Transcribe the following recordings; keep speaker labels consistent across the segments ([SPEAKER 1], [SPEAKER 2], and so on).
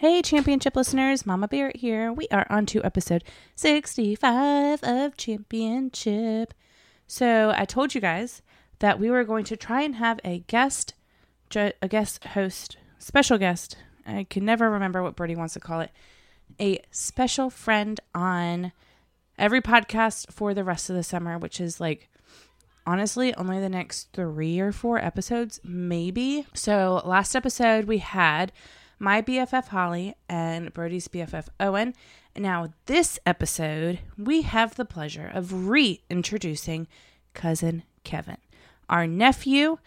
[SPEAKER 1] Hey, championship listeners, Mama Barrett here. We are on to episode 65 of Championship. So, I told you guys that we were going to try and have a guest, ju- a guest host, special guest. I can never remember what Bertie wants to call it. A special friend on every podcast for the rest of the summer, which is like honestly only the next three or four episodes, maybe. So, last episode we had my BFF Holly and Brody's BFF Owen. Now, this episode we have the pleasure of reintroducing cousin Kevin, our nephew,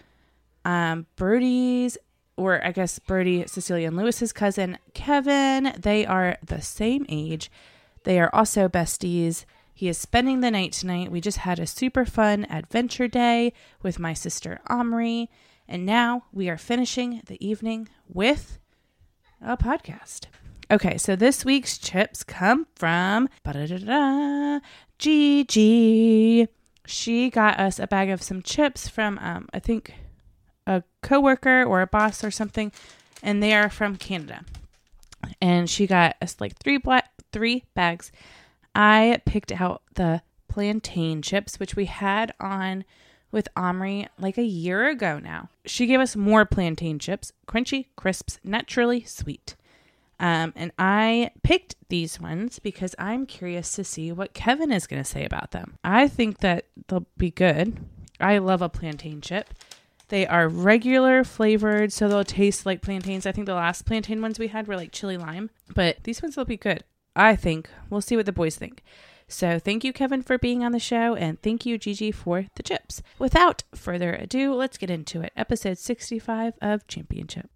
[SPEAKER 1] um, Brody's. Or I guess Birdie, Cecilia, and Lewis's cousin Kevin. They are the same age. They are also besties. He is spending the night tonight. We just had a super fun adventure day with my sister Omri. And now we are finishing the evening with a podcast. Okay, so this week's chips come from ba-da-da-da, Gigi. She got us a bag of some chips from, um, I think, a coworker or a boss or something, and they are from Canada. And she got us like three black three bags. I picked out the plantain chips, which we had on with Omri like a year ago now. She gave us more plantain chips, crunchy, crisps, naturally sweet. Um, and I picked these ones because I'm curious to see what Kevin is going to say about them. I think that they'll be good. I love a plantain chip. They are regular flavored, so they'll taste like plantains. I think the last plantain ones we had were like chili lime, but these ones will be good. I think. We'll see what the boys think. So thank you, Kevin, for being on the show, and thank you, Gigi, for the chips. Without further ado, let's get into it. Episode 65 of Championship.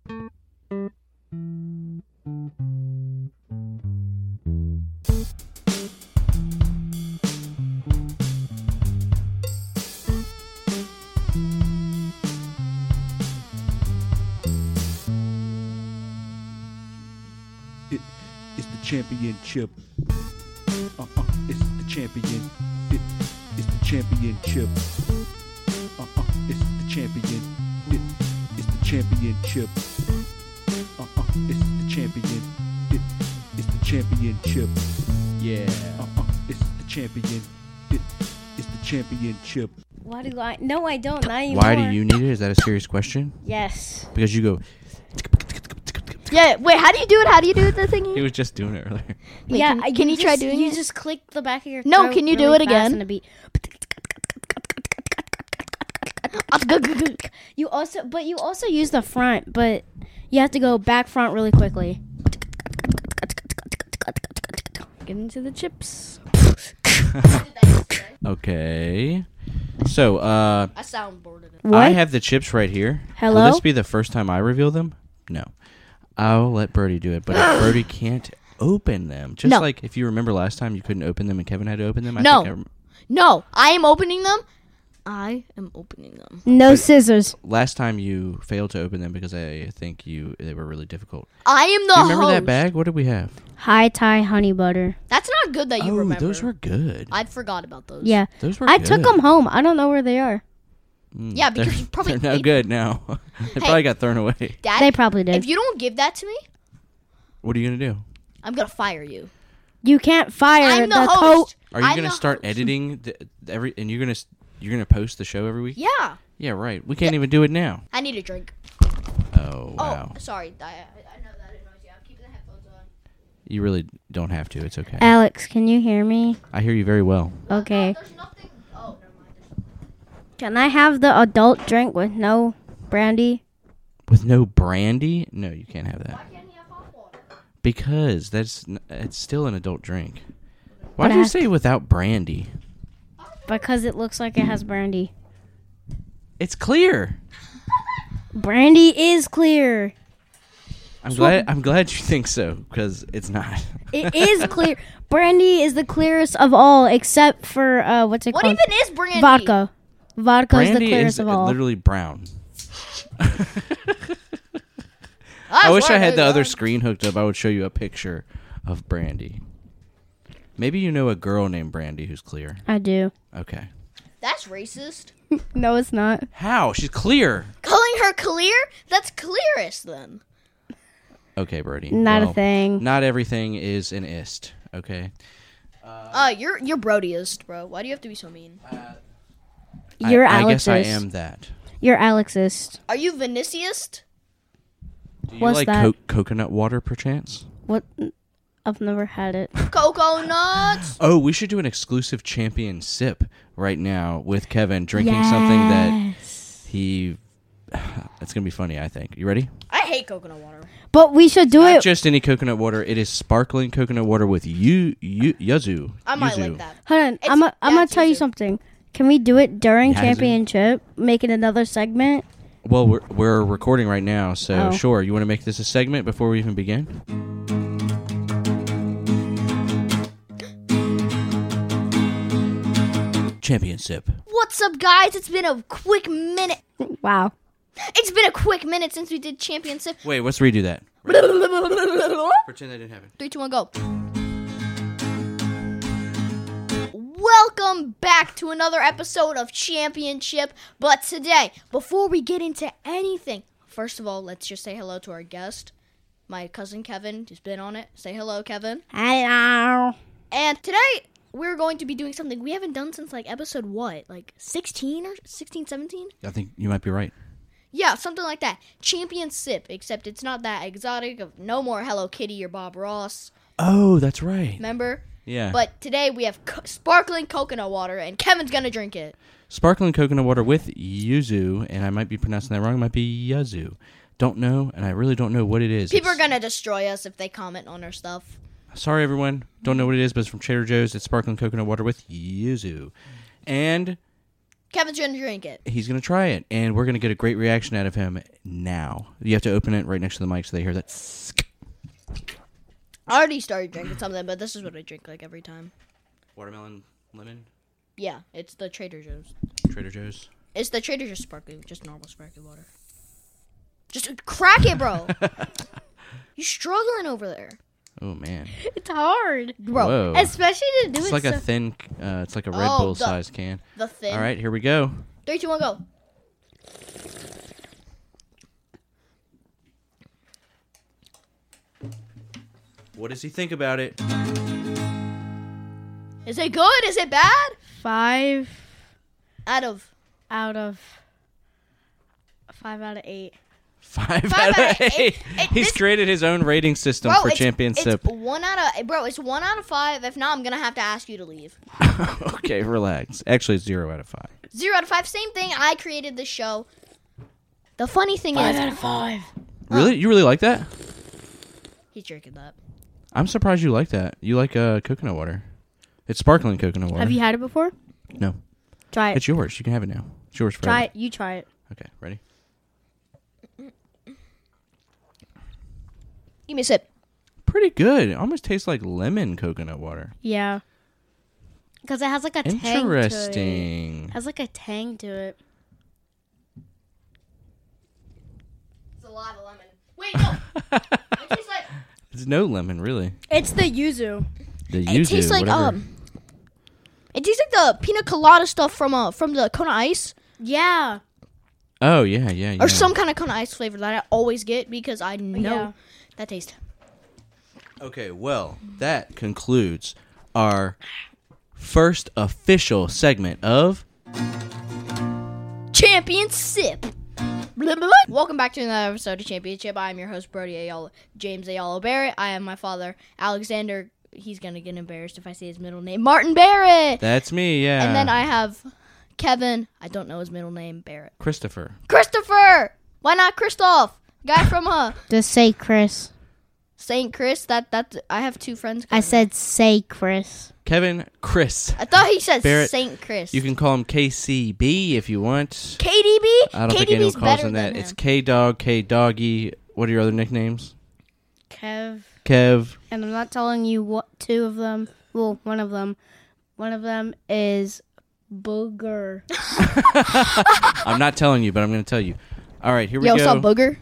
[SPEAKER 2] It is the championship. Uh, uh, it's the champion. It is the championship. Uh, uh, it's the champion. It is the championship. Uh, uh, it's the champion. It is the championship.
[SPEAKER 3] Yeah.
[SPEAKER 2] Uh, uh, it's the champion. It is the championship.
[SPEAKER 4] Why do I? No, I don't. Not anymore.
[SPEAKER 3] Why do you need it? Is that a serious question?
[SPEAKER 4] Yes.
[SPEAKER 3] Because you go.
[SPEAKER 5] Yeah, wait, how do you do it? How do you do it,
[SPEAKER 3] He
[SPEAKER 5] the thingy?
[SPEAKER 3] was just doing it earlier.
[SPEAKER 5] Wait,
[SPEAKER 4] yeah.
[SPEAKER 5] can-
[SPEAKER 4] I-
[SPEAKER 5] can you try
[SPEAKER 4] just-
[SPEAKER 5] doing
[SPEAKER 4] You
[SPEAKER 5] it?
[SPEAKER 4] just click the back of your.
[SPEAKER 5] No,
[SPEAKER 4] throat
[SPEAKER 5] can you do
[SPEAKER 4] really
[SPEAKER 5] it
[SPEAKER 4] fast
[SPEAKER 5] again?
[SPEAKER 4] and a beat. You also, but you also use the front, but you have to go back front really quickly. Get into the chips.
[SPEAKER 3] Okay. So, uh,
[SPEAKER 5] I sound bored of it.
[SPEAKER 4] What?
[SPEAKER 3] I have the chips right here. Will
[SPEAKER 4] Hello?
[SPEAKER 3] this be the first time I reveal them? No. I'll let Birdie do it, but if Birdie can't open them, just
[SPEAKER 5] No.
[SPEAKER 3] like if you remember last time you couldn't open them and Kevin had to open them, I
[SPEAKER 5] No.
[SPEAKER 3] think I rem-
[SPEAKER 5] No, I am opening them. I am opening them.
[SPEAKER 4] no scissors.
[SPEAKER 3] last time you failed to open them because I think you they were really difficult.
[SPEAKER 5] I am the
[SPEAKER 3] Do you remember that
[SPEAKER 4] Oh.
[SPEAKER 5] host.
[SPEAKER 3] bag? What did we have?
[SPEAKER 4] High tie honey butter.
[SPEAKER 5] That's not good that you
[SPEAKER 3] oh,
[SPEAKER 5] remember.
[SPEAKER 3] those were good.
[SPEAKER 5] I forgot about those.
[SPEAKER 4] Yeah.
[SPEAKER 3] those were
[SPEAKER 4] I
[SPEAKER 3] good.
[SPEAKER 4] took them home. I don't know where they are.
[SPEAKER 3] Mm,
[SPEAKER 5] Yeah, because
[SPEAKER 3] they're-
[SPEAKER 5] you probably
[SPEAKER 3] they're no
[SPEAKER 5] ate-
[SPEAKER 3] good now. they probably got thrown away.
[SPEAKER 5] Dad,
[SPEAKER 4] They probably did.
[SPEAKER 5] if you don't give that to me,
[SPEAKER 3] What are you gonna do?
[SPEAKER 5] I'm gonna fire you.
[SPEAKER 4] You can't fire
[SPEAKER 5] I'm the,
[SPEAKER 4] the coat.
[SPEAKER 5] host.
[SPEAKER 3] Are you
[SPEAKER 5] I'm
[SPEAKER 3] gonna
[SPEAKER 5] the
[SPEAKER 3] start
[SPEAKER 5] host.
[SPEAKER 3] editing the, every? And you're gonna s- you're gonna post the show every week?
[SPEAKER 5] Yeah,
[SPEAKER 3] Yeah, right. We can't even do it now.
[SPEAKER 5] I need a drink.
[SPEAKER 3] Oh wow,
[SPEAKER 5] Oh, sorry. I, I I know that annoys you. I'm keeping the headphones on.
[SPEAKER 3] you really don't have to. It's okay.
[SPEAKER 4] Alex, can you hear me?
[SPEAKER 3] I hear you very well.
[SPEAKER 4] Okay.
[SPEAKER 5] There's nothing. Oh, never mind.
[SPEAKER 4] Can I have the adult drink with no brandy?
[SPEAKER 3] With no brandy? No, you can't have that. Why can't you have hot water? Because that's n- it's still an adult drink. Why
[SPEAKER 4] But
[SPEAKER 3] do
[SPEAKER 4] I
[SPEAKER 3] you
[SPEAKER 4] have
[SPEAKER 3] say without brandy?
[SPEAKER 4] Because it looks like it has brandy.
[SPEAKER 3] It's clear.
[SPEAKER 4] Brandy is clear.
[SPEAKER 3] I'm glad. I'm glad you think so because it's not.
[SPEAKER 4] It is clear. Brandy is the clearest of all, except for uh, what's it
[SPEAKER 5] What
[SPEAKER 4] called?
[SPEAKER 5] even is brandy?
[SPEAKER 4] Vodka. Vodka is the
[SPEAKER 3] brandy
[SPEAKER 4] clearest
[SPEAKER 3] is
[SPEAKER 4] of all.
[SPEAKER 3] literally brown.
[SPEAKER 5] That's
[SPEAKER 3] I wish I
[SPEAKER 5] what
[SPEAKER 3] had the
[SPEAKER 5] is.
[SPEAKER 3] other screen hooked up. I would show you a picture of Brandy. Maybe you know a girl named Brandy who's clear.
[SPEAKER 4] I do.
[SPEAKER 3] Okay.
[SPEAKER 5] That's racist.
[SPEAKER 4] No, it's not.
[SPEAKER 3] How? She's clear.
[SPEAKER 5] Calling her clear? That's clearest then.
[SPEAKER 3] Okay, Brody.
[SPEAKER 4] Not
[SPEAKER 3] well,
[SPEAKER 4] a thing.
[SPEAKER 3] Not everything is an ist. Okay.
[SPEAKER 5] Uh, you're you're Brodyist, bro. Why do you have to be so mean?
[SPEAKER 3] I-
[SPEAKER 4] You're
[SPEAKER 3] I,
[SPEAKER 4] Alexist.
[SPEAKER 3] guess I am that.
[SPEAKER 4] You're Alexist.
[SPEAKER 5] Are you Vinicius?
[SPEAKER 3] Do you
[SPEAKER 4] What's
[SPEAKER 3] like
[SPEAKER 4] that?
[SPEAKER 3] co- coconut water, perchance?
[SPEAKER 4] What? I've never had it.
[SPEAKER 5] Coco nuts.
[SPEAKER 3] Oh, we should do an exclusive champion sip right now with Kevin drinking something that
[SPEAKER 4] Yes.
[SPEAKER 3] he. It's gonna be funny. I think. You ready?
[SPEAKER 5] I hate coconut water.
[SPEAKER 4] But we should do
[SPEAKER 3] Not
[SPEAKER 4] it.
[SPEAKER 3] just any coconut water. It is sparkling coconut water with you, you yuzu.
[SPEAKER 5] I might
[SPEAKER 3] yuzu.
[SPEAKER 5] like that.
[SPEAKER 4] Hold on. I'm a, I'm
[SPEAKER 5] yeah,
[SPEAKER 4] gonna
[SPEAKER 5] it's
[SPEAKER 4] tell you
[SPEAKER 5] easier.
[SPEAKER 4] something. Can we do it during
[SPEAKER 3] Yeah, it's-
[SPEAKER 4] championship? Making another segment.
[SPEAKER 3] Well, we're, we're recording right now, so
[SPEAKER 4] Oh.
[SPEAKER 3] sure. You want to make this a segment before we even begin? Champion sip.
[SPEAKER 5] What's up, guys? It's been a quick minute.
[SPEAKER 4] Wow.
[SPEAKER 5] It's been a quick minute since we did championship.
[SPEAKER 3] Wait, let's redo that.
[SPEAKER 5] Three,
[SPEAKER 3] Pretend that didn't happen.
[SPEAKER 5] two, one, go. Welcome back to another episode of Championship. But today, before we get into anything, first of all, let's just say hello to our guest, my cousin Kevin, who's been on it. Say hello, Kevin.
[SPEAKER 4] Hello.
[SPEAKER 5] And today we're going to be doing something we haven't done since like episode what? Like 16 or 16, 17?
[SPEAKER 3] I think you might be right.
[SPEAKER 5] Yeah, something like that. Champion sip, except it's not that exotic of no more Hello Kitty or Bob Ross.
[SPEAKER 3] Oh, that's right.
[SPEAKER 5] Remember?
[SPEAKER 3] Yeah.
[SPEAKER 5] But today we have co- sparkling coconut water, and Kevin's gonna drink it.
[SPEAKER 3] sparkling coconut water with yuzu, and I might be pronouncing that wrong. It might be yuzu. Don't know, and I really don't know what it is.
[SPEAKER 5] People are
[SPEAKER 3] It's-
[SPEAKER 5] gonna destroy us if they comment on our stuff.
[SPEAKER 3] Sorry, everyone. Don't know what it is, but it's from Trader Joe's. It's sparkling coconut water with yuzu, and
[SPEAKER 5] Kevin's gonna drink it.
[SPEAKER 3] he's gonna try it, and we're gonna get a great reaction out of him now. You have to open it right next to the mic so they hear that.
[SPEAKER 5] I already started drinking something, but this is what I drink like every time.
[SPEAKER 3] Watermelon, lemon,
[SPEAKER 5] Yeah, it's the Trader Joe's.
[SPEAKER 3] Trader Joe's.
[SPEAKER 5] It's the Trader Joe's sparkling, just normal sparkling water. Just crack it, bro. You're struggling over there,
[SPEAKER 3] Oh man,
[SPEAKER 4] It's hard,
[SPEAKER 5] bro.
[SPEAKER 3] Whoa.
[SPEAKER 4] especially to do
[SPEAKER 3] it's
[SPEAKER 4] it.
[SPEAKER 3] like a
[SPEAKER 4] so-
[SPEAKER 3] thin. Uh, it's like a Red
[SPEAKER 5] Oh,
[SPEAKER 3] Bull
[SPEAKER 5] the-
[SPEAKER 3] sized can.
[SPEAKER 5] The thing.
[SPEAKER 3] All right, here we go.
[SPEAKER 5] Three, two, one, go.
[SPEAKER 3] What does he think about it?
[SPEAKER 5] Is it good? Is it bad?
[SPEAKER 4] five
[SPEAKER 5] Out of
[SPEAKER 4] out of five out of eight.
[SPEAKER 3] Five,
[SPEAKER 5] Five
[SPEAKER 3] out of
[SPEAKER 5] out of
[SPEAKER 3] eight.
[SPEAKER 5] eight. It-
[SPEAKER 3] He's
[SPEAKER 5] this-
[SPEAKER 3] created his own rating system for
[SPEAKER 5] it's-
[SPEAKER 3] championship.
[SPEAKER 5] It's one out of bro. It's one out of five. If not, I'm gonna have to ask you to leave.
[SPEAKER 3] okay, relax. Actually, it's zero out of five.
[SPEAKER 5] Zero out of five. Same thing. I created this show. The funny thing is,
[SPEAKER 4] five.
[SPEAKER 3] Really? You really like that?
[SPEAKER 5] he's drinking that.
[SPEAKER 3] I'm surprised you like that. You like uh, coconut water. It's sparkling coconut water.
[SPEAKER 4] Have you had it before?
[SPEAKER 3] no.
[SPEAKER 4] Try it.
[SPEAKER 3] It's yours. You can have it now. It's yours forever.
[SPEAKER 4] Try it. You try it.
[SPEAKER 3] Okay, ready?
[SPEAKER 5] Give me a sip.
[SPEAKER 3] Pretty good. It almost tastes like lemon coconut water.
[SPEAKER 4] Yeah. Because it has like a tang to it.
[SPEAKER 3] Interesting.
[SPEAKER 4] has like a tang to it.
[SPEAKER 5] It's a lot of lemon. Wait, no. it tastes like.
[SPEAKER 3] It's no lemon, really.
[SPEAKER 4] It's the yuzu.
[SPEAKER 3] The
[SPEAKER 5] It
[SPEAKER 3] yuzu,
[SPEAKER 5] tastes like
[SPEAKER 3] whatever.
[SPEAKER 5] um. It tastes like the pina colada stuff from uh from the Kona Ice
[SPEAKER 4] Yeah.
[SPEAKER 3] Oh yeah, yeah, yeah.
[SPEAKER 5] or some kind of Kona Ice flavor that I always get because I know
[SPEAKER 4] Yeah.
[SPEAKER 5] that taste.
[SPEAKER 3] Okay, well, that concludes our first official segment of
[SPEAKER 5] Champion Sip. Blah, blah, blah. Welcome back to another episode of Championship. I am your host Brody Ayala, James Ayala Barrett. I am my father Alexander. He's gonna get embarrassed if I say his middle name, Martin Barrett.
[SPEAKER 3] That's me, yeah.
[SPEAKER 5] And then I have Kevin. I don't know his middle name, Barrett.
[SPEAKER 3] Christopher.
[SPEAKER 5] Christopher. Why not Christoph? Guy from uh
[SPEAKER 4] Just say Chris.
[SPEAKER 5] Saint Chris. That that's I have two friends.
[SPEAKER 4] I said say Chris.
[SPEAKER 3] Kevin Chris.
[SPEAKER 5] I thought he said
[SPEAKER 3] Barrett,
[SPEAKER 5] Saint Chris.
[SPEAKER 3] You can call him KCB if you want.
[SPEAKER 5] KDB.
[SPEAKER 3] I don't think anyone
[SPEAKER 5] KDB's
[SPEAKER 3] calls
[SPEAKER 5] better
[SPEAKER 3] him that.
[SPEAKER 5] than
[SPEAKER 3] It's K Dog, K Doggy. What are your other nicknames?
[SPEAKER 4] Kev.
[SPEAKER 3] Kev.
[SPEAKER 4] And I'm not telling you what two of them. Well, one of them. One of them is Booger.
[SPEAKER 3] I'm not telling you, but I'm going to tell you. All right, here we
[SPEAKER 5] Yo, what's up,
[SPEAKER 3] go.
[SPEAKER 5] Booger?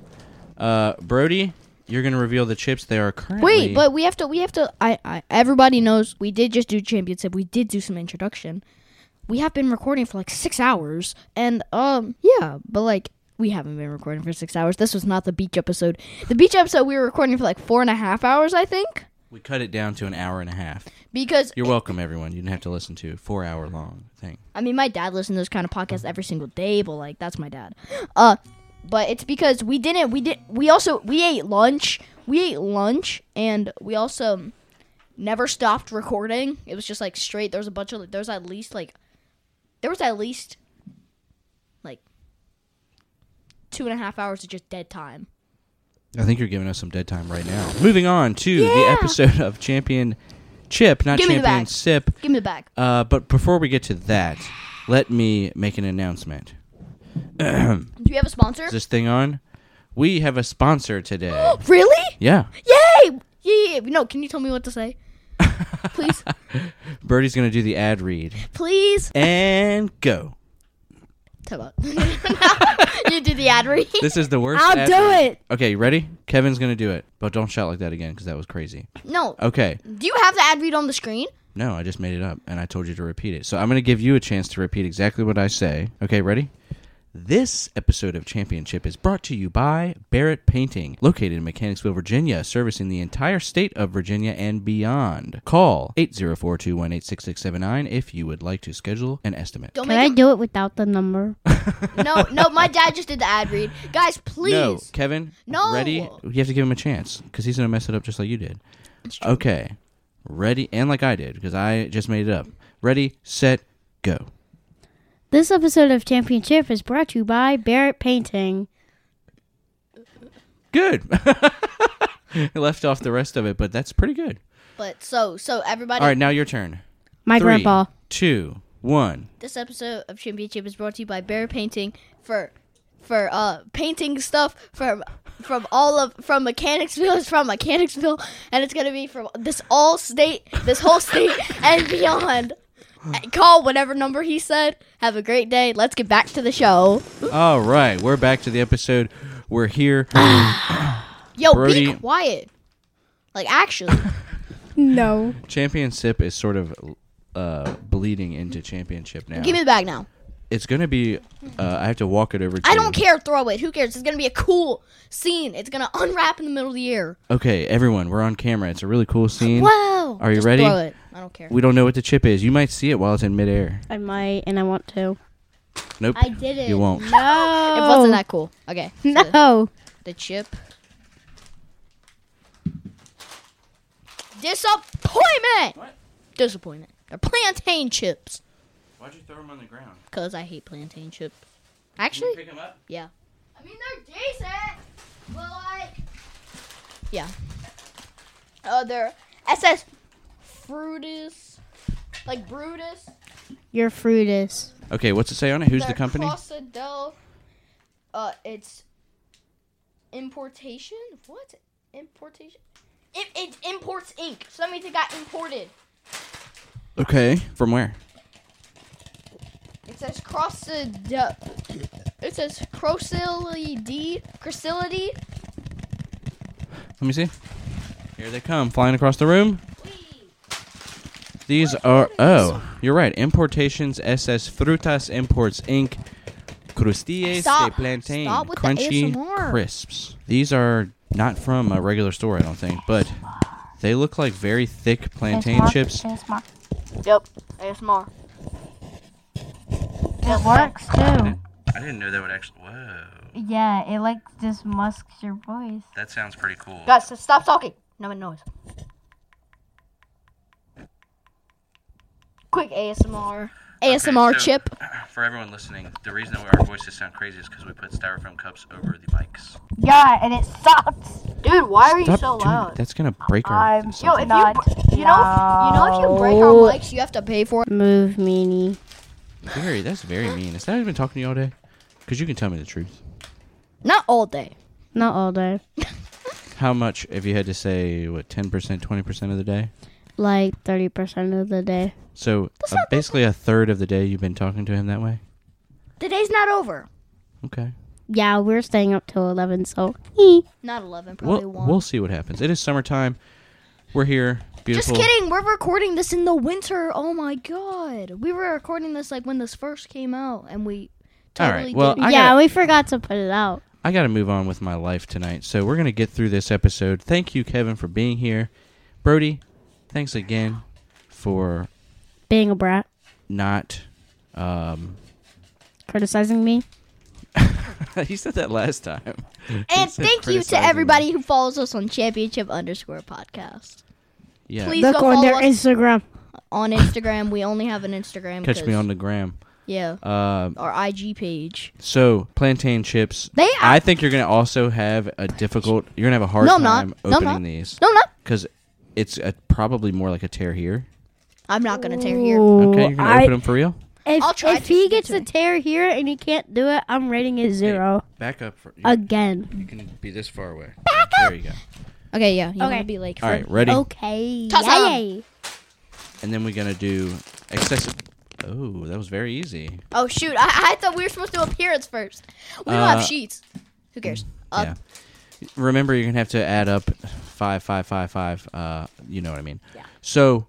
[SPEAKER 3] Uh, Brody, you're going to reveal the chips they are currently.
[SPEAKER 5] Wait, but we have to. We have to. I, I. Everybody knows we did just do championship. We did do some introduction. We have been recording for like six hours, and um, yeah, but like we haven't been recording for six hours. This was not the beach episode. The beach episode we were recording for like four and a half hours, I think,
[SPEAKER 3] We cut it down to an hour and a half.
[SPEAKER 5] because
[SPEAKER 3] You're welcome, everyone. You didn't have to listen to a four hour long thing.
[SPEAKER 5] I mean, my dad listens to those kind of podcasts every single day, but like that's my dad. Uh, but it's because we didn't. We did. We also we ate lunch. We ate lunch, and we also never stopped recording. It was just like straight. There was a bunch of. There was at least like. There was at least, like, two and a half hours of just dead time.
[SPEAKER 3] I think you're giving us some dead time right now. Moving on to the episode of Champion Chip, not
[SPEAKER 5] Give me the
[SPEAKER 3] Champion
[SPEAKER 5] bag.
[SPEAKER 3] Sip.
[SPEAKER 5] Give me the bag.
[SPEAKER 3] Uh, but before we get to that, let me make an announcement.
[SPEAKER 5] Do you have a sponsor?
[SPEAKER 3] Is this thing on? We have a sponsor today.
[SPEAKER 5] really?
[SPEAKER 3] yeah.
[SPEAKER 5] Yay! Yeah, yeah, yeah. No, can you tell me what to say? please,
[SPEAKER 3] Birdie's going to do the ad read.
[SPEAKER 5] please.
[SPEAKER 3] And go.
[SPEAKER 5] Tell about. you do the ad read.
[SPEAKER 3] This is the worst.
[SPEAKER 4] I'll
[SPEAKER 3] ad
[SPEAKER 4] do
[SPEAKER 3] read.
[SPEAKER 4] it.
[SPEAKER 3] Okay, you ready? Kevin's going to do it. But don't shout like that again because that was crazy.
[SPEAKER 5] No.
[SPEAKER 3] Okay.
[SPEAKER 5] Do you have the ad read on the screen?
[SPEAKER 3] No, I just made it up and I told you to repeat it. So I'm going to give you a chance to repeat exactly what I say. Okay, ready? This episode of Championship is brought to you by Barrett Painting, located in Mechanicsville, Virginia, servicing the entire state of Virginia and beyond. Call 804 218 6679 if you would like to schedule an estimate.
[SPEAKER 5] Don't
[SPEAKER 4] Can I
[SPEAKER 5] make
[SPEAKER 4] do it without the number?
[SPEAKER 5] it. No, no, my dad just did the ad read. Guys, please.
[SPEAKER 3] No, Kevin,
[SPEAKER 5] No.
[SPEAKER 3] ready? You have to give him a chance because he's going to mess it up just like you did. Okay, ready? And like I did because I just made it up. Ready, set, go.
[SPEAKER 4] This episode of Championship is brought to you by Barrett Painting.
[SPEAKER 3] good. I left off the rest of it, but that's pretty good.
[SPEAKER 5] But so, so everybody,
[SPEAKER 3] All right, now your turn.
[SPEAKER 4] My
[SPEAKER 3] Three,
[SPEAKER 4] grandpa.
[SPEAKER 3] two, one.
[SPEAKER 5] this episode of Championship is brought to you by Bear Painting for, for uh, painting stuff from, from all of from Mechanicsville. It's from Mechanicsville, and it's gonna be from this all state, this whole state, and beyond. Call whatever number he said. Have a great day. Let's get back to the show.
[SPEAKER 3] All right, we're back to the episode. We're here.
[SPEAKER 5] Yo,
[SPEAKER 3] Brody-
[SPEAKER 5] be quiet. Like actually.
[SPEAKER 4] No.
[SPEAKER 3] Championship is sort of uh, bleeding into championship now.
[SPEAKER 5] Give me the bag now.
[SPEAKER 3] it's gonna be. Uh, I have to walk it over. to
[SPEAKER 5] I don't care. Throw it. Who cares? It's gonna be a cool scene. It's gonna unwrap in the middle of the year.
[SPEAKER 3] Okay, everyone, we're on camera. It's a really cool scene.
[SPEAKER 5] Wow.
[SPEAKER 3] Are you
[SPEAKER 5] Just
[SPEAKER 3] ready?
[SPEAKER 5] Throw it. I don't care.
[SPEAKER 3] We don't know what the chip is. You might see it while it's in midair.
[SPEAKER 4] I might, and I want to.
[SPEAKER 3] Nope.
[SPEAKER 4] I did it.
[SPEAKER 3] You won't.
[SPEAKER 5] It wasn't that cool. Okay. so
[SPEAKER 4] No.
[SPEAKER 5] The chip. Disappointment. Disappointment. They're plantain chips.
[SPEAKER 3] Why'd you throw them on the ground?
[SPEAKER 5] Cause I hate plantain chips. Actually,
[SPEAKER 3] them up?
[SPEAKER 5] yeah.
[SPEAKER 6] I mean, they're decent, but like,
[SPEAKER 5] Yeah. Uh, they're SS Fruitus, like Brutus.
[SPEAKER 4] Your fruit is.
[SPEAKER 3] Okay, what's it say on it? Who's the
[SPEAKER 5] They're
[SPEAKER 3] company?
[SPEAKER 5] Costa del, uh, it's importation. What importation? It, it imports ink. So that means it got imported.
[SPEAKER 3] Okay, from where?
[SPEAKER 5] It says Costa del. It says Crocility. Crocility.
[SPEAKER 3] Let me see. Here they come, flying across the room. These are oh, you're right. Importations SS Frutas Imports Inc. Crustilles
[SPEAKER 5] Stop-
[SPEAKER 3] de plantain
[SPEAKER 5] stop with the
[SPEAKER 3] crunchy
[SPEAKER 5] ASMR.
[SPEAKER 3] crisps. These are not from a regular store, I don't think, but they look like very thick plantain chips.
[SPEAKER 5] Yep. ASMR.
[SPEAKER 4] It works too.
[SPEAKER 3] I didn't know that would actually. Whoa,
[SPEAKER 4] Yeah, it like just musks your voice.
[SPEAKER 3] that sounds pretty cool.
[SPEAKER 5] Guys, so stop talking. No noise. Quick ASMR. ASMR
[SPEAKER 3] so-
[SPEAKER 5] chip.
[SPEAKER 3] For everyone listening, the reason that our voices sound crazy is because we put styrofoam cups over the mics.
[SPEAKER 6] yeah, and it sucks. Dude, why are
[SPEAKER 3] Stop doing That's gonna break our.
[SPEAKER 6] Yo, if you,
[SPEAKER 5] Not You know, if, you know, if you break our mics, you have to pay for it.
[SPEAKER 4] Move, meanie.
[SPEAKER 3] Very, that's very mean. Is that even talking to you all day? Because you can tell me the truth.
[SPEAKER 5] Not all day.
[SPEAKER 4] Not all day.
[SPEAKER 3] How much if you had to say what ten percent, twenty percent of the day?
[SPEAKER 4] Like 30% of the day.
[SPEAKER 3] So uh, basically a third of the day you've been talking to him that way.
[SPEAKER 5] The day's not over.
[SPEAKER 3] Okay.
[SPEAKER 4] Yeah, we're staying up till 11, so.
[SPEAKER 5] Not 11, probably
[SPEAKER 3] We'll,
[SPEAKER 5] 1.
[SPEAKER 3] we'll see what happens. It is summertime. We're here.
[SPEAKER 5] Just
[SPEAKER 3] Beautiful.
[SPEAKER 5] kidding. We're recording this in the winter. Oh my god. We were recording this like when this first came out and we
[SPEAKER 3] All right. Well, I
[SPEAKER 4] yeah,
[SPEAKER 3] gotta,
[SPEAKER 4] we forgot to put it out.
[SPEAKER 3] I got to move on with my life tonight. So we're gonna get through this episode. Thank you, Kevin, for being here. Brody, thanks again for
[SPEAKER 4] Being a brat,
[SPEAKER 3] not. Um,
[SPEAKER 4] criticizing me.
[SPEAKER 3] he said that last time. said
[SPEAKER 5] And thank you to
[SPEAKER 3] criticizing me.
[SPEAKER 5] everybody who follows us on Championship underscore podcast.
[SPEAKER 3] Yeah.
[SPEAKER 5] Please
[SPEAKER 4] Look
[SPEAKER 5] go
[SPEAKER 4] on
[SPEAKER 5] follow
[SPEAKER 4] their
[SPEAKER 5] us
[SPEAKER 4] Instagram.
[SPEAKER 5] on Instagram. we only have an Instagram.
[SPEAKER 3] Catch
[SPEAKER 5] 'cause-
[SPEAKER 3] me on the gram.
[SPEAKER 5] yeah
[SPEAKER 3] Um,
[SPEAKER 5] our IG page.
[SPEAKER 3] So plantain chips.
[SPEAKER 5] They
[SPEAKER 3] I think you're gonna also have a difficult. You're gonna have a hard
[SPEAKER 5] No, I'm not.
[SPEAKER 3] time
[SPEAKER 5] No, I'm
[SPEAKER 3] opening
[SPEAKER 5] not.
[SPEAKER 3] these
[SPEAKER 5] no, I'm not.
[SPEAKER 3] because it's a, probably more like a tear here.
[SPEAKER 5] I'm not gonna tear here.
[SPEAKER 4] Ooh,
[SPEAKER 3] Okay, you're gonna
[SPEAKER 4] I-
[SPEAKER 3] open them for real.
[SPEAKER 4] If,
[SPEAKER 5] I'll try
[SPEAKER 4] if
[SPEAKER 5] to
[SPEAKER 4] he
[SPEAKER 5] do
[SPEAKER 4] gets a
[SPEAKER 5] tonight.
[SPEAKER 4] tear here and he can't do it, I'm rating it zero
[SPEAKER 3] Back up. For, you,
[SPEAKER 4] again.
[SPEAKER 3] you can be this far away. Back up. There you go.
[SPEAKER 5] Okay, yeah. You
[SPEAKER 4] Okay.
[SPEAKER 5] wanna be like
[SPEAKER 3] All right, ready.
[SPEAKER 5] Oh.
[SPEAKER 4] Okay.
[SPEAKER 5] Toss
[SPEAKER 4] Yay.
[SPEAKER 5] on.
[SPEAKER 3] And then we're gonna do excessive. Oh, that was very easy.
[SPEAKER 5] Oh shoot! I, I thought we were supposed to do appearance first. We don't
[SPEAKER 3] Uh,
[SPEAKER 5] have sheets. Who cares? Uh,
[SPEAKER 3] yeah. Remember, you're gonna have to add up five, five, five, five. Uh, you know what I mean. Yeah. So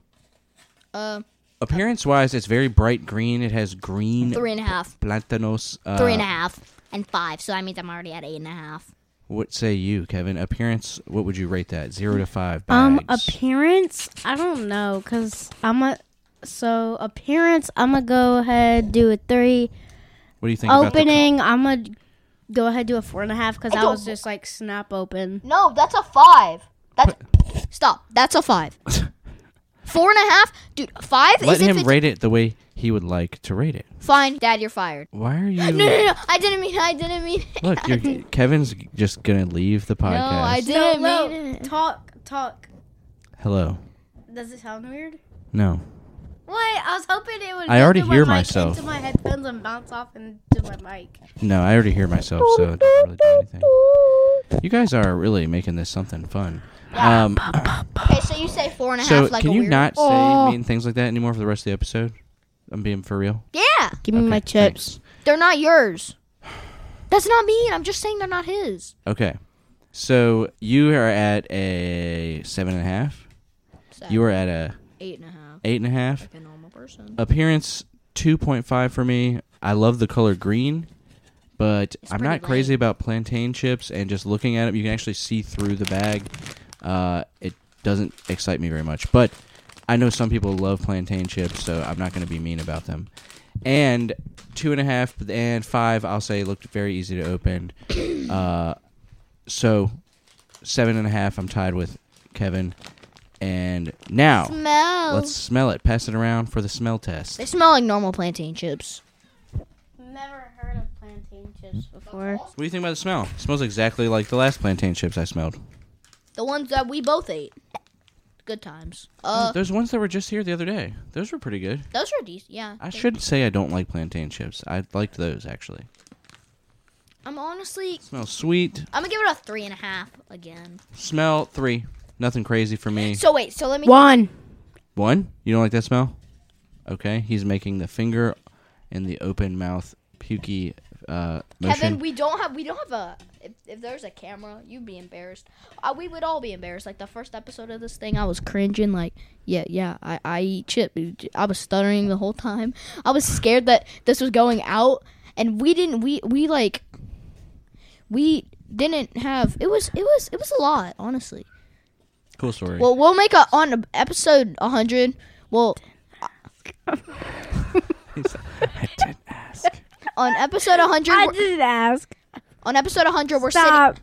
[SPEAKER 5] uh,
[SPEAKER 3] appearance wise, it's very bright green. It has green
[SPEAKER 5] three and a half,
[SPEAKER 3] plantanos. Uh,
[SPEAKER 5] three and a half, and five. So that means I'm already at eight and a half.
[SPEAKER 3] What say you, Kevin? Appearance, what would you rate that? Zero to five
[SPEAKER 4] Um,
[SPEAKER 3] bags.
[SPEAKER 4] appearance, I don't know, cause I'm a. So appearance, I'm gonna go ahead do a three.
[SPEAKER 3] what do you think about
[SPEAKER 4] Opening, I'm gonna go ahead do a four and a half, cause I was just like snap open.
[SPEAKER 5] No, that's a five. That's stop. That's a five. Four and a half, dude. Five
[SPEAKER 3] the, Let
[SPEAKER 5] is if
[SPEAKER 3] him
[SPEAKER 5] it's
[SPEAKER 3] rate it the way he would like to rate it.
[SPEAKER 5] fine. Dad, you're fired.
[SPEAKER 3] Why are you
[SPEAKER 5] No, no, no. I didn't mean. I didn't mean.
[SPEAKER 3] Look, you're, Kevin's just going to leave the
[SPEAKER 5] no,
[SPEAKER 3] podcast.
[SPEAKER 5] I didn't mean. it.
[SPEAKER 4] talk, talk.
[SPEAKER 3] Hello.
[SPEAKER 4] Does it sound weird?
[SPEAKER 3] No.
[SPEAKER 4] What? I was hoping it would.
[SPEAKER 3] I
[SPEAKER 4] go
[SPEAKER 3] already
[SPEAKER 4] through my
[SPEAKER 3] hear
[SPEAKER 4] mic
[SPEAKER 3] myself.
[SPEAKER 4] Into my headphones and bounce off into my mic.
[SPEAKER 3] No, I already hear myself, so it doesn't really do anything. You guys are really making this something fun. Um,
[SPEAKER 5] Okay, so you say four and a half.
[SPEAKER 3] so
[SPEAKER 5] like
[SPEAKER 3] can
[SPEAKER 5] a
[SPEAKER 3] you
[SPEAKER 5] weirdo.
[SPEAKER 3] not say
[SPEAKER 4] Oh.
[SPEAKER 3] mean things like that anymore for the rest of the episode? I'm being for real.
[SPEAKER 5] Yeah,
[SPEAKER 4] Give me my
[SPEAKER 3] Okay,
[SPEAKER 4] chips.
[SPEAKER 3] thanks.
[SPEAKER 5] they're not yours. That's not mean. I'm just saying they're not his.
[SPEAKER 3] Okay. So you are at a seven and a half. You are at a
[SPEAKER 5] Eight and a half.
[SPEAKER 3] eight Uh, and a half.
[SPEAKER 5] A normal person.
[SPEAKER 3] Appearance two point five for me. I love the color green, but I'm
[SPEAKER 5] pretty
[SPEAKER 3] not crazy about plantain chips and just looking at them, you can actually see through the bag. Uh, it doesn't excite me very much, but I know some people love plantain chips, so I'm not going to be mean about them. And two and a half and five, I'll say looked very easy to open. Uh, so seven and a half, I'm tied with Kevin. And now
[SPEAKER 5] Smell.
[SPEAKER 3] Let's smell it. Pass it around for the smell test.
[SPEAKER 5] They smell like normal plantain chips.
[SPEAKER 4] Never heard of plantain chips
[SPEAKER 3] Mm-hmm.
[SPEAKER 4] before.
[SPEAKER 3] What do you think about the smell? It smells exactly like the last plantain chips I smelled.
[SPEAKER 5] The ones that we both ate. Good times. Uh,
[SPEAKER 3] Those ones that were just here the other day. Those were pretty good.
[SPEAKER 5] those are decent. Yeah.
[SPEAKER 3] I
[SPEAKER 5] they-
[SPEAKER 3] shouldn't say I don't like plantain chips. I liked those actually.
[SPEAKER 5] I'm honestly.
[SPEAKER 3] Smells sweet.
[SPEAKER 5] I'm gonna give it a three and a half again.
[SPEAKER 3] Smell three. Nothing crazy for me.
[SPEAKER 5] So wait. So let me.
[SPEAKER 4] One.
[SPEAKER 3] One. You don't like that smell? Okay. He's making the finger and the open mouth pukey uh, motion.
[SPEAKER 5] Kevin, we don't have. We don't have a. If, if there's a camera, you'd be embarrassed. Uh, we would all be embarrassed. Like the first episode of this thing, I was cringing. Like, yeah, yeah, I, I eat chip. I was stuttering the whole time. I was scared that this was going out, and we didn't. We we like. We didn't have. It was it was it was a lot, honestly.
[SPEAKER 3] cool story.
[SPEAKER 5] Well, we'll make a on episode 100. Well,
[SPEAKER 3] I didn't ask.
[SPEAKER 5] on episode 100,
[SPEAKER 4] I
[SPEAKER 5] we're-
[SPEAKER 4] didn't ask.
[SPEAKER 5] on episode 100, we're sitting
[SPEAKER 4] Stop.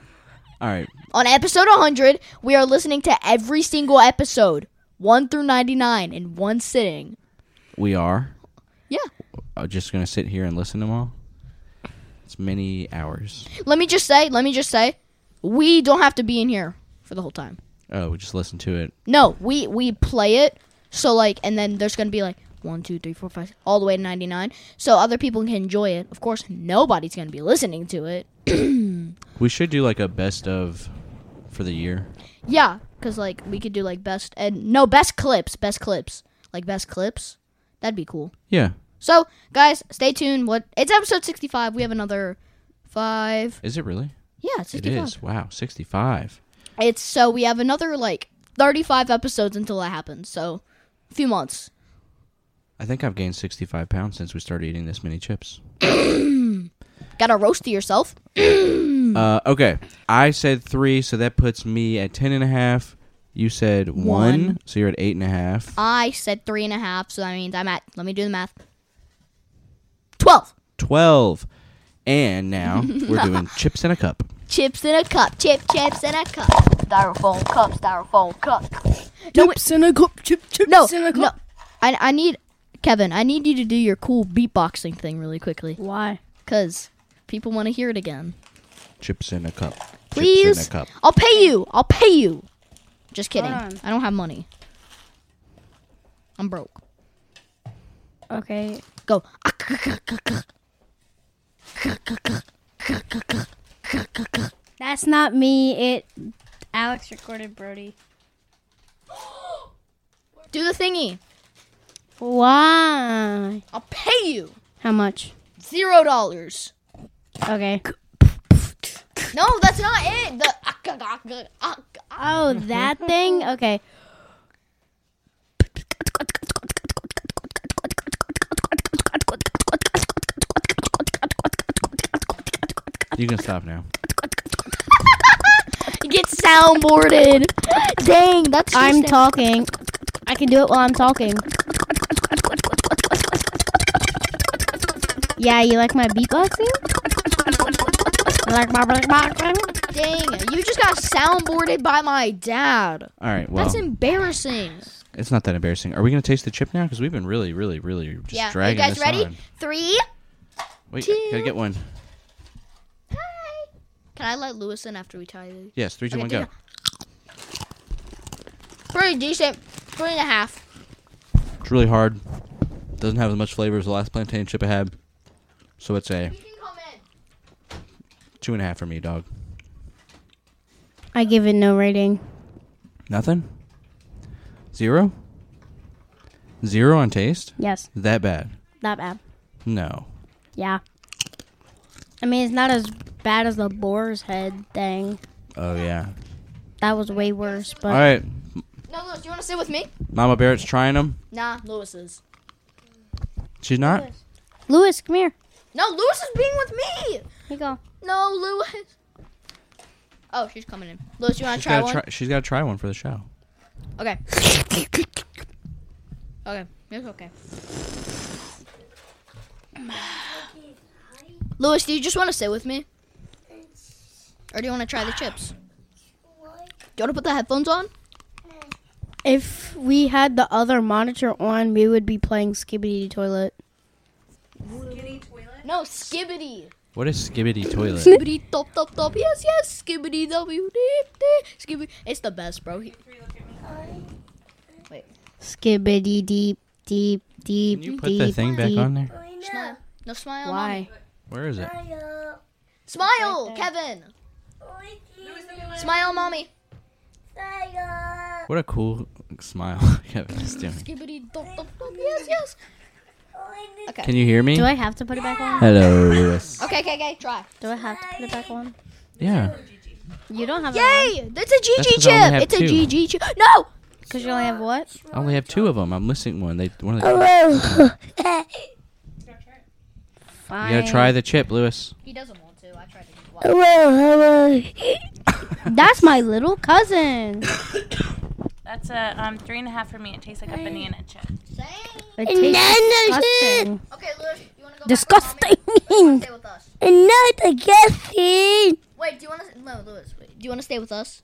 [SPEAKER 3] All right.
[SPEAKER 5] On episode 100, we are listening to every single episode, 1 through 99, in one sitting.
[SPEAKER 3] We are.
[SPEAKER 5] Yeah.
[SPEAKER 3] I'm just gonna sit here and listen to them all. It's many hours.
[SPEAKER 5] Let me just say, let me just say, we don't have to be in here for the whole time.
[SPEAKER 3] Oh, we just listen to it.
[SPEAKER 5] No, we we play it. So like, and then there's gonna be like one, two, three, four, five, six, all the way to 99, so other people can enjoy it. Of course, nobody's gonna be listening to it.
[SPEAKER 3] We should do like a best of for the year.
[SPEAKER 5] Yeah, cause like we could do like best and no best clips, best clips, like best clips. That'd be cool.
[SPEAKER 3] Yeah.
[SPEAKER 5] So, guys, stay tuned. What it's episode sixty-five. We have another five.
[SPEAKER 3] Is it really?
[SPEAKER 5] Yeah, it's
[SPEAKER 3] It
[SPEAKER 5] sixty-five.
[SPEAKER 3] is. Wow, sixty-five.
[SPEAKER 5] It's so we have another like thirty-five episodes until that happens. So, a few months.
[SPEAKER 3] I think I've gained sixty-five pounds since we started eating this many chips.
[SPEAKER 5] Gotta roast to yourself. Hmm.
[SPEAKER 3] Uh, okay. I said three, so that puts me at ten and a half. You said one,
[SPEAKER 5] One.
[SPEAKER 3] so you're at eight and a half.
[SPEAKER 5] I said three and a half, so that means I'm at. Let me do the math. Twelve
[SPEAKER 3] Twelve. And now we're doing chips in a cup.
[SPEAKER 5] chips in a cup. Chip chips in a cup.
[SPEAKER 6] Styrofoam cup, styrofoam cup.
[SPEAKER 5] No, wait.
[SPEAKER 4] in a cup. Chip, chips
[SPEAKER 5] No,
[SPEAKER 4] in a
[SPEAKER 5] no.
[SPEAKER 4] cup.
[SPEAKER 5] I I need Kevin. I need you to do your cool beatboxing thing really quickly,
[SPEAKER 4] Why?
[SPEAKER 5] cause people want to hear it again.
[SPEAKER 3] Chips in a cup.
[SPEAKER 5] Please.
[SPEAKER 3] Chips in a cup.
[SPEAKER 5] I'll pay you. I'll pay you. Just kidding.
[SPEAKER 4] Hold on.
[SPEAKER 5] I don't have money. I'm broke.
[SPEAKER 4] Okay.
[SPEAKER 5] Go.
[SPEAKER 4] That's not me. It. Alex recorded Brody.
[SPEAKER 5] Do the thingy.
[SPEAKER 4] Why?
[SPEAKER 5] I'll pay you
[SPEAKER 4] How much?
[SPEAKER 5] zero dollars.
[SPEAKER 4] Okay.
[SPEAKER 5] No, that's not it. The
[SPEAKER 4] Oh,
[SPEAKER 5] Mm-hmm.
[SPEAKER 4] that thing? Okay.
[SPEAKER 3] You can stop now.
[SPEAKER 5] get soundboarded. Dang, that's
[SPEAKER 4] I'm
[SPEAKER 5] just-
[SPEAKER 4] talking. I can do it while I'm talking. Yeah, you like my beatboxing? You like my beatboxing?
[SPEAKER 5] Dang, you just got soundboarded by my dad.
[SPEAKER 3] All right. Well,
[SPEAKER 5] That's embarrassing.
[SPEAKER 3] it's not that embarrassing. Are we gonna taste the chip now? Because we've been really, really, really just
[SPEAKER 5] Yeah, you
[SPEAKER 3] dragging
[SPEAKER 5] guys
[SPEAKER 3] this
[SPEAKER 5] ready?
[SPEAKER 3] on.
[SPEAKER 5] Three.
[SPEAKER 3] Wait,
[SPEAKER 5] Two.
[SPEAKER 3] gotta get one.
[SPEAKER 5] Hi. Can I let Lewis in after we tie these?
[SPEAKER 3] Yes, three, two,
[SPEAKER 5] Okay,
[SPEAKER 3] one,
[SPEAKER 5] do
[SPEAKER 3] go.
[SPEAKER 5] Pretty decent. Three and a half.
[SPEAKER 3] It's really hard. Doesn't have as much flavor as the last plantain chip I had. So it's a
[SPEAKER 6] You can come in.
[SPEAKER 3] two and a half for me, dog.
[SPEAKER 4] I give it no rating.
[SPEAKER 3] Nothing? Zero? Zero on taste?
[SPEAKER 4] Yes,
[SPEAKER 3] That bad?
[SPEAKER 4] not bad.
[SPEAKER 3] No.
[SPEAKER 4] Yeah. I mean, it's not as bad as the boar's head thing.
[SPEAKER 3] Oh, yeah.
[SPEAKER 4] That was way worse, but
[SPEAKER 3] All right.
[SPEAKER 5] No, Lewis, you want to sit with me?
[SPEAKER 3] Mama Barrett's trying them.
[SPEAKER 5] Nah, Lewis is.
[SPEAKER 3] She's not?
[SPEAKER 4] Lewis, come here.
[SPEAKER 5] No, Lewis is being with me.
[SPEAKER 4] Here you go.
[SPEAKER 5] No, Lewis. Oh, she's coming in. Lewis, you want
[SPEAKER 3] She's
[SPEAKER 5] to try
[SPEAKER 3] gotta
[SPEAKER 5] one?
[SPEAKER 3] try, she's got to try one for the show.
[SPEAKER 5] Okay. okay, it's okay. Lewis, do you just want to sit with me? Or do you want to try the chips? Do you want to put the headphones on?
[SPEAKER 4] If we had the other monitor on, we would be playing Skibbity Toilet.
[SPEAKER 5] No, skibbity.
[SPEAKER 3] What is Skibbity Toilet?
[SPEAKER 5] Skibbity top top top. Yes, yes. Skibbity w dee, dee. Skibbity. It's the best, bro. He-
[SPEAKER 4] Skibbity deep, deep, deep.
[SPEAKER 3] Can you put the thing back on there?
[SPEAKER 5] Smile. No smile.
[SPEAKER 4] Why?
[SPEAKER 5] mommy.
[SPEAKER 3] Where is it?
[SPEAKER 5] Smile, Kevin. Smile, mommy.
[SPEAKER 3] What a cool smile Kevin's doing.
[SPEAKER 5] Skibbity top top top. Yes, yes.
[SPEAKER 3] Can you hear me?
[SPEAKER 4] Do I have to put it back on?
[SPEAKER 3] Hello, Lewis.
[SPEAKER 5] Okay, okay, okay. Try.
[SPEAKER 4] Do I have to put it back on?
[SPEAKER 3] Yeah.
[SPEAKER 4] You don't have it
[SPEAKER 5] Yay! That's a GG
[SPEAKER 3] That's 'cause I only
[SPEAKER 5] chip.
[SPEAKER 3] have
[SPEAKER 5] It's a
[SPEAKER 3] two.
[SPEAKER 5] GG chip. No.
[SPEAKER 4] because you only have what?
[SPEAKER 3] I only have two of them. I'm missing one. They one of the, You
[SPEAKER 4] Fine.
[SPEAKER 3] gotta try the chip, Lewis.
[SPEAKER 5] He doesn't want to. I tried to.
[SPEAKER 4] That's my little cousin.
[SPEAKER 1] That's a um, three and a half for me. It tastes like a banana chip.
[SPEAKER 4] It tastes disgusting.
[SPEAKER 5] Okay, Lewis, you want to go?
[SPEAKER 4] Disgusting.
[SPEAKER 5] Stay with us.
[SPEAKER 4] Not disgusting.
[SPEAKER 5] Wait, do you want to? No, Lewis. Wait, do you want to stay with us?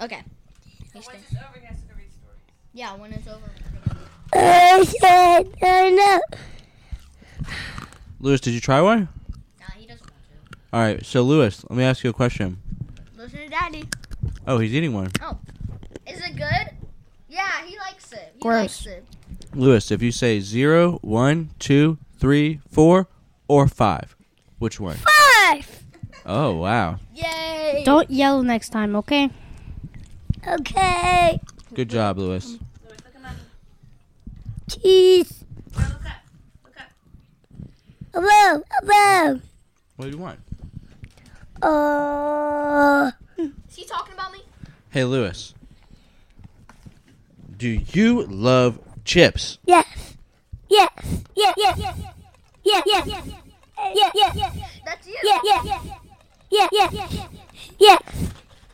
[SPEAKER 5] Okay. You stay. Yeah, when it's over.
[SPEAKER 3] Lewis, did you try one?
[SPEAKER 5] Nah, he doesn't want to.
[SPEAKER 3] All right. So, Lewis, let me ask you a question.
[SPEAKER 5] Listen to Daddy.
[SPEAKER 3] Oh, he's eating one.
[SPEAKER 5] Is it good? Yeah, he likes it. He
[SPEAKER 4] Gross.
[SPEAKER 5] likes it.
[SPEAKER 3] Lewis, if you say zero, one, two, three, four, or five, which one?
[SPEAKER 4] Five.
[SPEAKER 3] Oh, wow.
[SPEAKER 5] Yay!
[SPEAKER 4] Don't yell next time, okay?
[SPEAKER 5] Okay.
[SPEAKER 3] Good job, Lewis.
[SPEAKER 4] Cheese. Hello, hello.
[SPEAKER 3] What do you want?
[SPEAKER 4] Uh,
[SPEAKER 5] Is he talking about me?
[SPEAKER 3] Hey, Lewis. Do you love chips?
[SPEAKER 4] yes, yes, yes, yes, yes, yes, yes,
[SPEAKER 7] yeah, yeah, yeah. That's you. Yeah, yeah, yeah, yeah, yeah, yeah, yeah.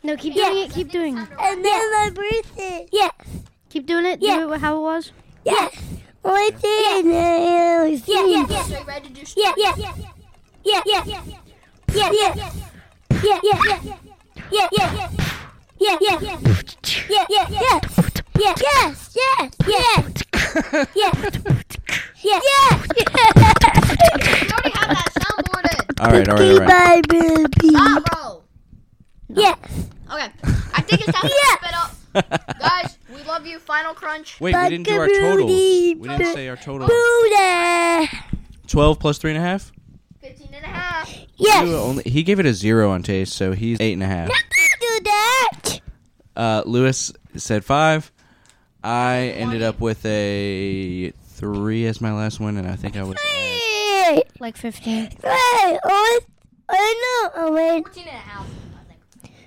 [SPEAKER 4] No, keep
[SPEAKER 7] Yeah.
[SPEAKER 4] doing it. Keep doing it.
[SPEAKER 7] And then my birthday. Yeah,
[SPEAKER 4] Keep doing it.
[SPEAKER 7] Yeah.
[SPEAKER 4] Do it how it was.
[SPEAKER 7] yeah. One day and then it was yeah, yeah, yeah,
[SPEAKER 5] So you ready to do
[SPEAKER 7] yeah, yeah, yeah, yeah, yeah, yeah, yeah, yeah, yeah, yeah, yeah, yeah, yeah. Yeah, yeah, yeah, yeah, yeah, yeah, yeah, yes, yes, yes, yeah, yeah, yeah.
[SPEAKER 5] You already have that soundboarded.
[SPEAKER 3] All right, all right, all right.
[SPEAKER 7] Goodbye, baby.
[SPEAKER 5] Stop, bro.
[SPEAKER 7] Yeah,
[SPEAKER 5] Okay. I think it's time to spit up. Guys, we love you. Final crunch.
[SPEAKER 3] Wait, we didn't do our totals. We didn't say our total.
[SPEAKER 7] Buddha.
[SPEAKER 3] Twelve plus three and a half.
[SPEAKER 5] 15 and a half.
[SPEAKER 3] You
[SPEAKER 7] Yes.
[SPEAKER 3] only- he gave it a zero on taste, so he's eight and a half.
[SPEAKER 7] do that.
[SPEAKER 3] Uh, Lewis said five. I ended up with a three as my last one, and I think I was. at-
[SPEAKER 7] Hey,
[SPEAKER 4] Like 15.
[SPEAKER 7] hey, oh, oh no, oh wait.
[SPEAKER 5] 14 and a half. I think.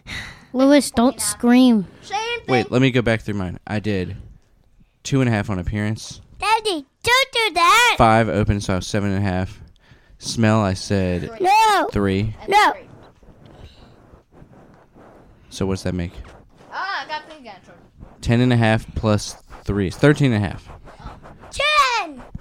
[SPEAKER 4] Lewis, don't scream.
[SPEAKER 5] Same thing.
[SPEAKER 3] Wait, let me go back through mine. I did two and a half on appearance,
[SPEAKER 7] Daddy, don't do that.
[SPEAKER 3] five open, so I was seven and a half. Smell, I said
[SPEAKER 7] No,
[SPEAKER 3] three.
[SPEAKER 7] no.
[SPEAKER 3] So what's that make?
[SPEAKER 5] Ah, I got things again. Jordan.
[SPEAKER 3] Ten and a half plus three. It's thirteen and a half.
[SPEAKER 7] Ten.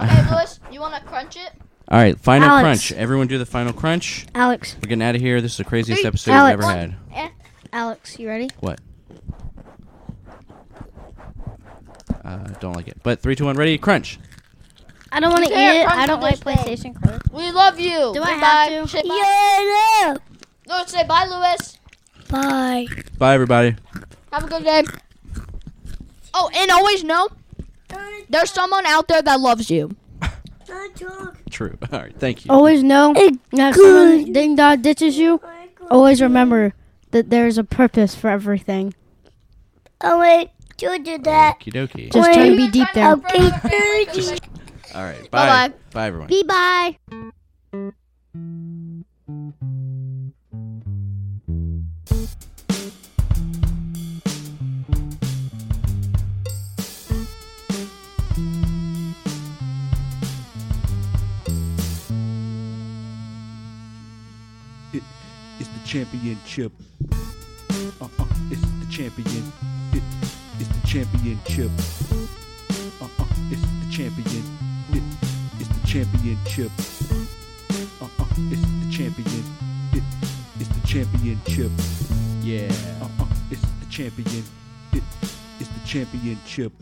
[SPEAKER 5] Okay, Lewis, you want to crunch it?
[SPEAKER 3] All right, final
[SPEAKER 4] Alex.
[SPEAKER 3] crunch. Everyone do the final crunch.
[SPEAKER 4] Alex,
[SPEAKER 3] We're getting out of here. This is the craziest
[SPEAKER 5] Three,
[SPEAKER 3] episode
[SPEAKER 4] Alex.
[SPEAKER 3] we've ever had.
[SPEAKER 4] Alex, you ready?
[SPEAKER 3] What? Uh, don't like it. But three, two, one, ready, crunch.
[SPEAKER 4] I don't want to eat
[SPEAKER 5] can't
[SPEAKER 4] it.
[SPEAKER 5] crunch
[SPEAKER 4] I don't
[SPEAKER 5] on
[SPEAKER 4] like
[SPEAKER 5] this
[SPEAKER 4] PlayStation cards.
[SPEAKER 5] We love you.
[SPEAKER 4] Do
[SPEAKER 5] Goodbye.
[SPEAKER 4] I have to?
[SPEAKER 5] Say bye.
[SPEAKER 7] Yeah, no.
[SPEAKER 5] No, say bye, Lewis.
[SPEAKER 7] Bye.
[SPEAKER 3] Bye, everybody.
[SPEAKER 5] Have a good day. Oh, and always know there's someone out there that loves you.
[SPEAKER 7] Don't talk.
[SPEAKER 3] True. All right, thank you.
[SPEAKER 4] Always know
[SPEAKER 7] Hey,
[SPEAKER 4] now if someone ding dong ditches you, always remember that there's a purpose for everything.
[SPEAKER 7] Oh wait, don't do that.
[SPEAKER 3] Okie dokie.
[SPEAKER 4] Just
[SPEAKER 7] Wait.
[SPEAKER 4] try to be deep there.
[SPEAKER 7] Okay, thirty.
[SPEAKER 3] All right, bye.
[SPEAKER 5] Bye-bye.
[SPEAKER 3] Bye, everyone.
[SPEAKER 4] Be bye.
[SPEAKER 2] It is the championship. Uh, uh, it's the champion. It is the championship. Uh, uh, it's the champion. It is the championship. Uh, uh, it's the champion. It is the championship.
[SPEAKER 3] Yeah.
[SPEAKER 2] Uh, uh, it's the champion. It is the championship.